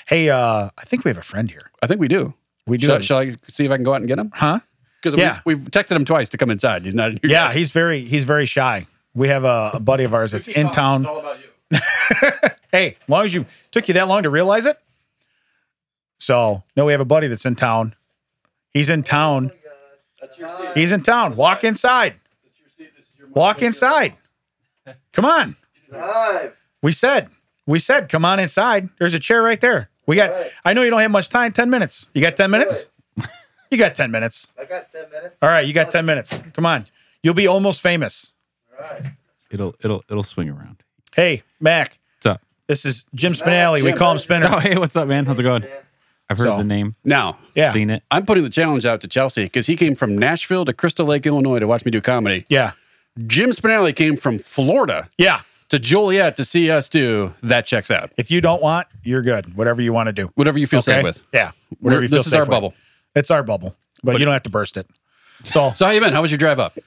Hey, uh, I think we have a friend here.
I think we do.
We do.
Shall, shall I see if I can go out and get him?
huh?
Because
Yeah.
we, we've texted him twice to come inside. He's not in here.
Yeah, he's very he's very shy. We have a, a buddy of ours that's in town.
all about you.
Hey, as long as you took you that long to realize it. So no, we have a buddy that's in town. He's in town.
Oh That's your seat.
He's in town. Walk inside.
That's your seat. This is your
Walk inside. Come on.
Live.
We said, we said, come on inside. There's a chair right there. We got,
All right.
I know you don't have much time, 10 minutes. You got 10 minutes? You got 10 minutes.
I got 10 minutes.
All right, you got 10 minutes. Come on. You'll be almost famous.
All right.
It'll it'll it'll swing around.
Hey, Mac,
What's up?
this is Jim Spinelli. We call him Spinner.
Oh hey, what's up, man? How's it going?
Dan.
I've heard
So-
the name.
Now,
Yeah.
Seen it.
I'm putting the challenge out to Chelsea because he came from Nashville to Crystal Lake, Illinois to watch me do comedy.
Yeah.
Jim Spinelli came from Florida
Yeah.
to Joliet to see us do That Checks Out.
If you don't want, you're good. Whatever you want to do.
Whatever you feel safe with.
Yeah.
We're-
Whatever you feel
this is our
safe with.
bubble.
It's our bubble, but, you don't have to burst it. So,
So, how you been? How was your drive up?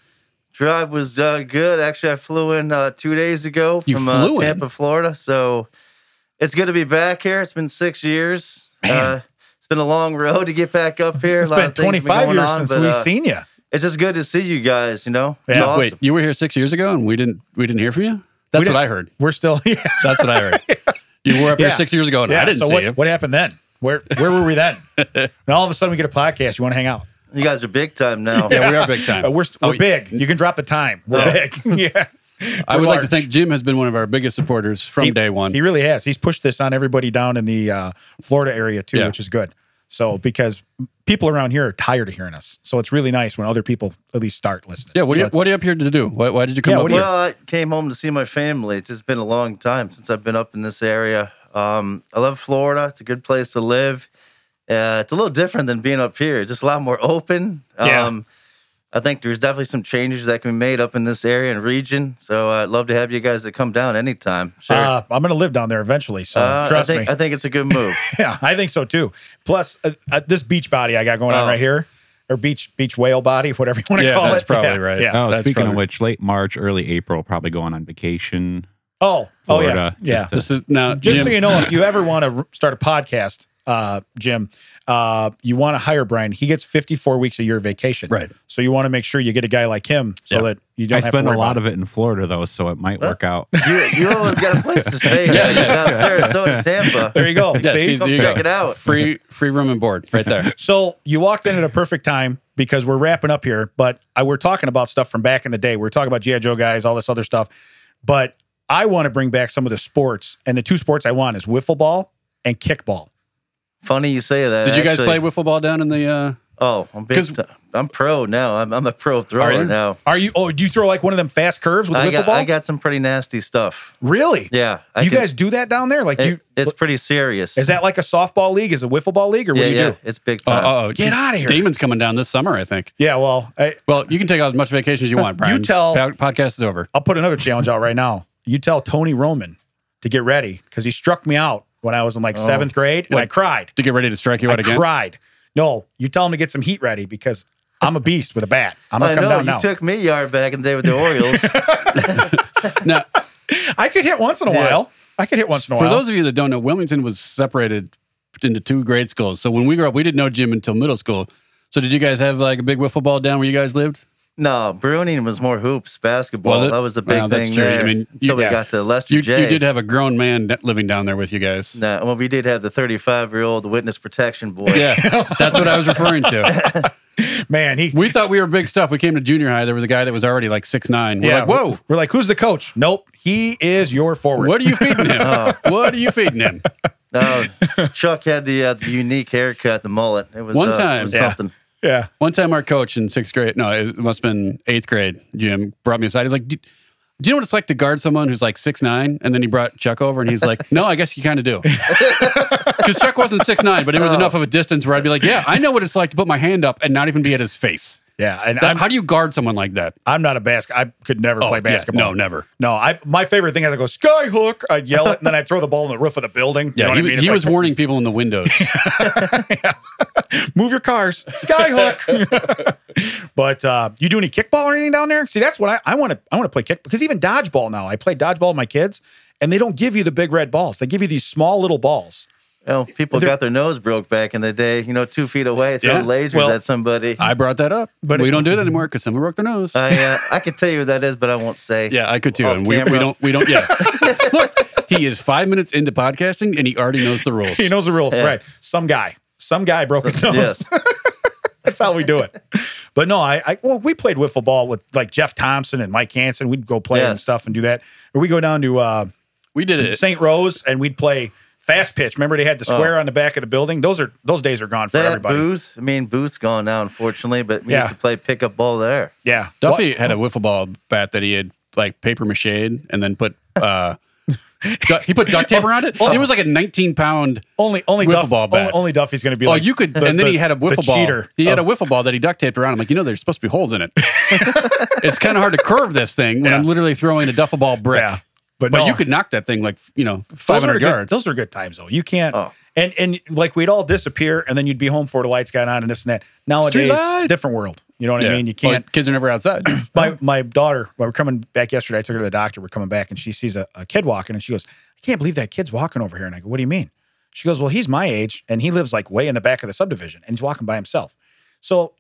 Drive was uh, good. Actually, I flew in uh, two days ago
You
from uh,
flew in?
Tampa, Florida. So it's good to be back here. It's been six years. Uh, it's been a long road to get back up here.
it's
a lot
been
of things have
25
going
years
on,
since
but,
we've
uh,
seen you.
It's just good to see you guys. You know, It's
Yeah.
awesome.
Wait, you were here six years ago and we didn't we didn't hear from you? That's
didn't-
what I heard.
We're still, yeah.
That's what I heard. You were up
Yeah.
here six years ago and I didn't
so
see
what,
you.
what happened then? Where where were we then? and all of a sudden we get a podcast. You want to hang out?
You guys are big time now.
Yeah, we are big time.
Uh, we're st-
Oh,
we're big. You can drop the time. We're big. yeah.
I
We're
would like to
large.
thank Jim has been one of our biggest supporters from day one.
He really has. He's pushed this on everybody down in the uh, Florida area too,
Yeah.
which is good. So because people around here are tired of hearing us, so it's really nice when other people at least start listening.
yeah, what are
So
you
it's-
what are you up here to do? Why, why did you come
Yeah,
up
what are you-
here?
Well, I came home to see my family. It's just been a long time since I've been up in this area. Um, I love Florida. It's a good place to live. Uh, it's a little different than being up here. It's just a lot more open.
Yeah.
Um, I think there's definitely some changes that can be made up in this area and region. So uh, I'd love to have you guys to come down anytime. Sure.
uh, I'm going to live down there eventually, so
Uh,
trust
I think,
me.
I think it's a good move.
yeah, I think so too. Plus, uh, uh, this beach body I got going on
Oh.
right here, or beach beach whale body, whatever you want to
Yeah,
call
that's
it.
probably
Yeah,
right.
Yeah.
Oh,
that's
speaking
probably-
of which, late March, early April, probably going on vacation.
Oh, oh yeah,
Florida,
yeah.
just
This is now
Just
Jim,
so you know, if you ever want to r- start a podcast, uh, Jim, uh, you want to hire Brian. He gets 54 weeks a year vacation.
Right.
So you want to make sure you get a guy like him so
Yeah.
that you don't
I
have to
spend a
worry
lot
about
of it in Florida though, so it might work out.
you, you always got a place to stay. yeah, Down Sarasota, Tampa.
There you go.
yeah,
see?
see, there you
check
go.
it out.
Free free room and board right there.
So you walked in at a perfect time because we're wrapping up here, but I, we're talking about stuff from back in the day. We're talking about G.I. Joe guys, all this other stuff. But I want to bring back some of the sports, and the two sports I want is wiffle ball and kickball.
Funny you say that.
Did you guys
actually.
play wiffle ball down in the uh
Oh, I'm big.
'Cause-
T- I'm pro now. I'm, I'm a pro
Are you?
thrower now.
Are you? Oh, do you throw like one of them fast curves with a
I
wiffle
got,
ball?
I got some pretty nasty stuff.
really?
Yeah. I
you
can-
guys do that down there? Like
it-
you?
it's pretty serious.
Is that like a softball league? Is it a wiffle ball league, or what
yeah,
do you
yeah.
do?
It's big
oh,
time.
oh, oh,
Uh, Get outta here.
Damon's coming down this summer, I think.
Yeah, well, I,
Well, you can take out as much vacation as you want, Brian.
tell-
Po- podcast is over.
I'll put another challenge out right now. You tell Tony Roman to get ready because he struck me out when I was in like seventh grade, and I cried.
To get ready to strike you
I
out Oh. again.
cried. No, you tell him to get some heat ready because I'm a beast with a bat. I'm gonna
I
come
know.
down
you
now.
took me yard back in the day with the Orioles.
Now,
I could hit once in a
Yeah.
while. I could hit once in a
For
while.
those of you that don't know, Wilmington was separated into two grade schools. So when we grew up, we didn't know Jim until middle school. So did you guys have like a big wiffle ball down where you guys lived?
no, Bruning was more hoops, basketball.
Well,
that was the big
well, that's
thing
true. I
there.
mean, you-
until we
yeah.
got to Lester
You,
J.
you did have a grown man that- living down there with you guys.
No, well, we did have the 35 year old witness protection boy.
Yeah, that's what I was referring to.
Man, he.
We thought we were big stuff. We came to junior high. There was a guy that was already like six nine. We're
yeah,
like, whoa,
We're like, who's the coach? Nope, he is your forward.
what are you feeding him? what are you feeding him?
No, Chuck had the, uh, the unique haircut, the mullet. It was
One
uh, it
time.
was
Yeah.
something.
Yeah,
One time, our coach in sixth grade, no, it must have been eighth grade, Jim brought me aside. He's like, do, do you know what it's like to guard someone who's like six nine? And then he brought Chuck over, and he's like, "No, I guess you kind of do," because Chuck wasn't six nine, but it was
Oh.
enough of a distance where I'd be like, "Yeah, I know what it's like to put my hand up and not even be at his face."
yeah. And
That-
I'm,
how do you guard someone like that?
I'm not a basket. I could never play
yeah,
basketball.
no, never.
No, I my favorite thing is I go skyhook. I yell it, and then I throw the ball in the roof of the building.
Yeah,
you know what
he,
I mean?
he
It's
was
like,
warning people in the windows.
move your cars, skyhook. but uh, you do any kickball or anything down there? See, that's what I I want to I want to play kick because even dodgeball now I play dodgeball with my kids, and they don't give you the big red balls. They give you these small little balls.
Well, people
They're-
got their nose broke back in the day. You know, two feet away, throw
Yeah.
lasers
Well,
at somebody. I,
I brought that up, but
But
we
it-
don't do it anymore because someone broke their nose.
uh, I can tell you what that is, but I won't say.
yeah, I could too,
oh,
off
and we, we
camera.
don't we don't. Yeah, look, he is five minutes into podcasting, and he already knows the rules.
He knows the rules,
Yeah.
right? Some guy, some guy broke his nose.
Yes.
That's how we do it. But no, I, I well, we played wiffle ball with like Jeff Thompson and Mike Hansen. We'd go play
Yeah.
and stuff and do that. Or we go down to uh,
we did it.
St. Rose and we'd play fast pitch. Remember they had the square on the back of the building. Those are those days are gone for
Oh. That
everybody.
booth, I mean, booth's gone now, unfortunately, but we
Yeah.
used to play pickup ball there.
Yeah,
Duffy had a wiffle ball bat that he had like paper mache and then put uh du- he put duct tape around it.
Oh.
It was like a 19 pound.
only only
Wiffle
Duff,
ball
only,
bat.
only Duffy's going to be.
Oh,
like
you could,
the-
and then
the-
he had a
the
wiffle ball.
Cheater. Oh.
He had a wiffle ball that he duct taped around. I'm like, you know, there's supposed to be holes in it. it's kind of hard to curve this thing when I'm literally throwing a duffel ball brick.
Yeah,
but,
but no.
you could knock that thing like you know
Those are
500
good.
yards.
Those are good times though. You can't.
Oh.
And and like we'd all disappear, and then you'd be home before the lights got on, and this and that. Nowadays,
light. Oh,
different world. You know what I
Yeah.
mean? You
Well,
can't.
kids are never outside.
my my daughter, well, we're coming back yesterday. I took her to the doctor. We're coming back, and she sees a, a kid walking, and she goes, "I can't believe that kid's walking over here." And I go, "What do you mean?" She goes, "Well, he's my age, and he lives like way in the back of the subdivision, and he's walking by himself." So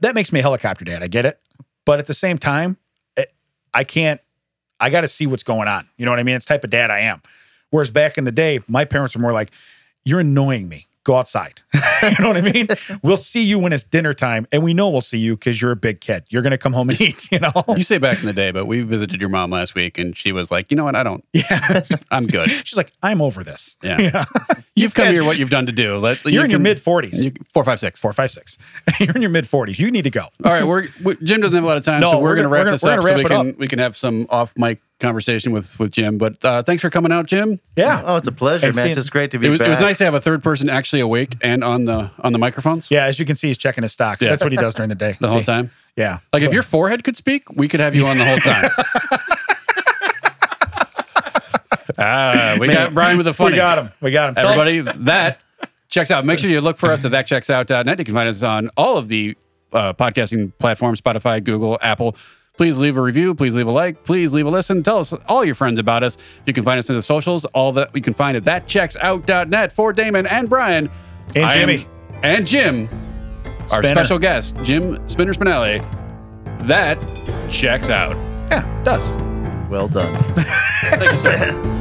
that makes me a helicopter dad. I get it, but at the same time, it, I can't. I got to see what's going on. You know what I mean? It's the type of dad I am. Whereas back in the day, my parents were more like, "You're annoying me. go outside. you know what I mean? We'll see you when it's dinner time, and we know we'll see you because you're a big kid. You're gonna come home and eat. You know?
You say back in the day, but we visited your mom last week, and she was like, "You know what? I don't.
Yeah.
I'm good.
She's like, I'm over this.
Yeah. You've come here. What you've done to do? Let, you
You're in your
can-
mid 40s.
you- Four, five, six.
Four, five, six. You're in your mid 40s. You need to go.
All right, we're, we, Jim doesn't have a lot of time,
No,
so we're,
we're
going
gonna-
to
we're
wrap
gonna-
this
we're
up
gonna
so we can
wrap it
we can have some off mic conversation with with Jim. But uh, thanks for coming out, Jim.
Yeah.
Oh, it's a pleasure,
I've
man.
seen-
It's just great to be
It was,
back.
it was nice to have a third person actually awake and on the on the microphones
Yeah, as you can see, he's checking his stocks. That's what he does during the day.
the whole
See?
time.
Yeah.
Like if your forehead could speak, we could have you on the whole time. ah, we got Brian with a funny.
We got him. We got him. Tell-
Everybody, that checks out. Make sure you look for us at thatchecksout.net. You can find us on all of the uh, podcasting platforms Spotify, Google, Apple. Please leave a review. Please leave a like. Please leave a listen. Tell us all your friends about us. You can find us in the socials. All that you can find at thatchecksout.net for Damon and Brian
And
I am-
Jimmy.
and Jim, our
Spinner.
special guest, Jim Spinner Spinelli. That checks out.
Yeah, it does.
Well done.
Thank you, sir.